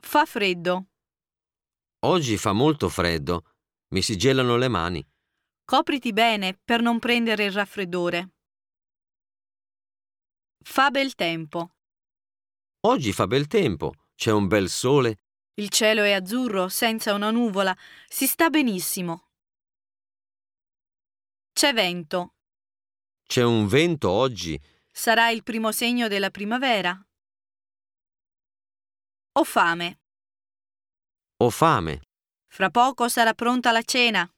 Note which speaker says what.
Speaker 1: Fa freddo.
Speaker 2: Oggi fa molto freddo. Mi si gelano le mani.
Speaker 1: Copriti bene per non prendere il raffreddore. Fa bel tempo.
Speaker 2: Oggi fa bel tempo. C'è un bel sole.
Speaker 1: Il cielo è azzurro, senza una nuvola. Si sta benissimo. C'è vento.
Speaker 2: C'è un vento oggi.
Speaker 1: Sarà il primo segno della primavera. Ho fame.
Speaker 2: Ho fame.
Speaker 1: Fra poco sarà pronta la cena.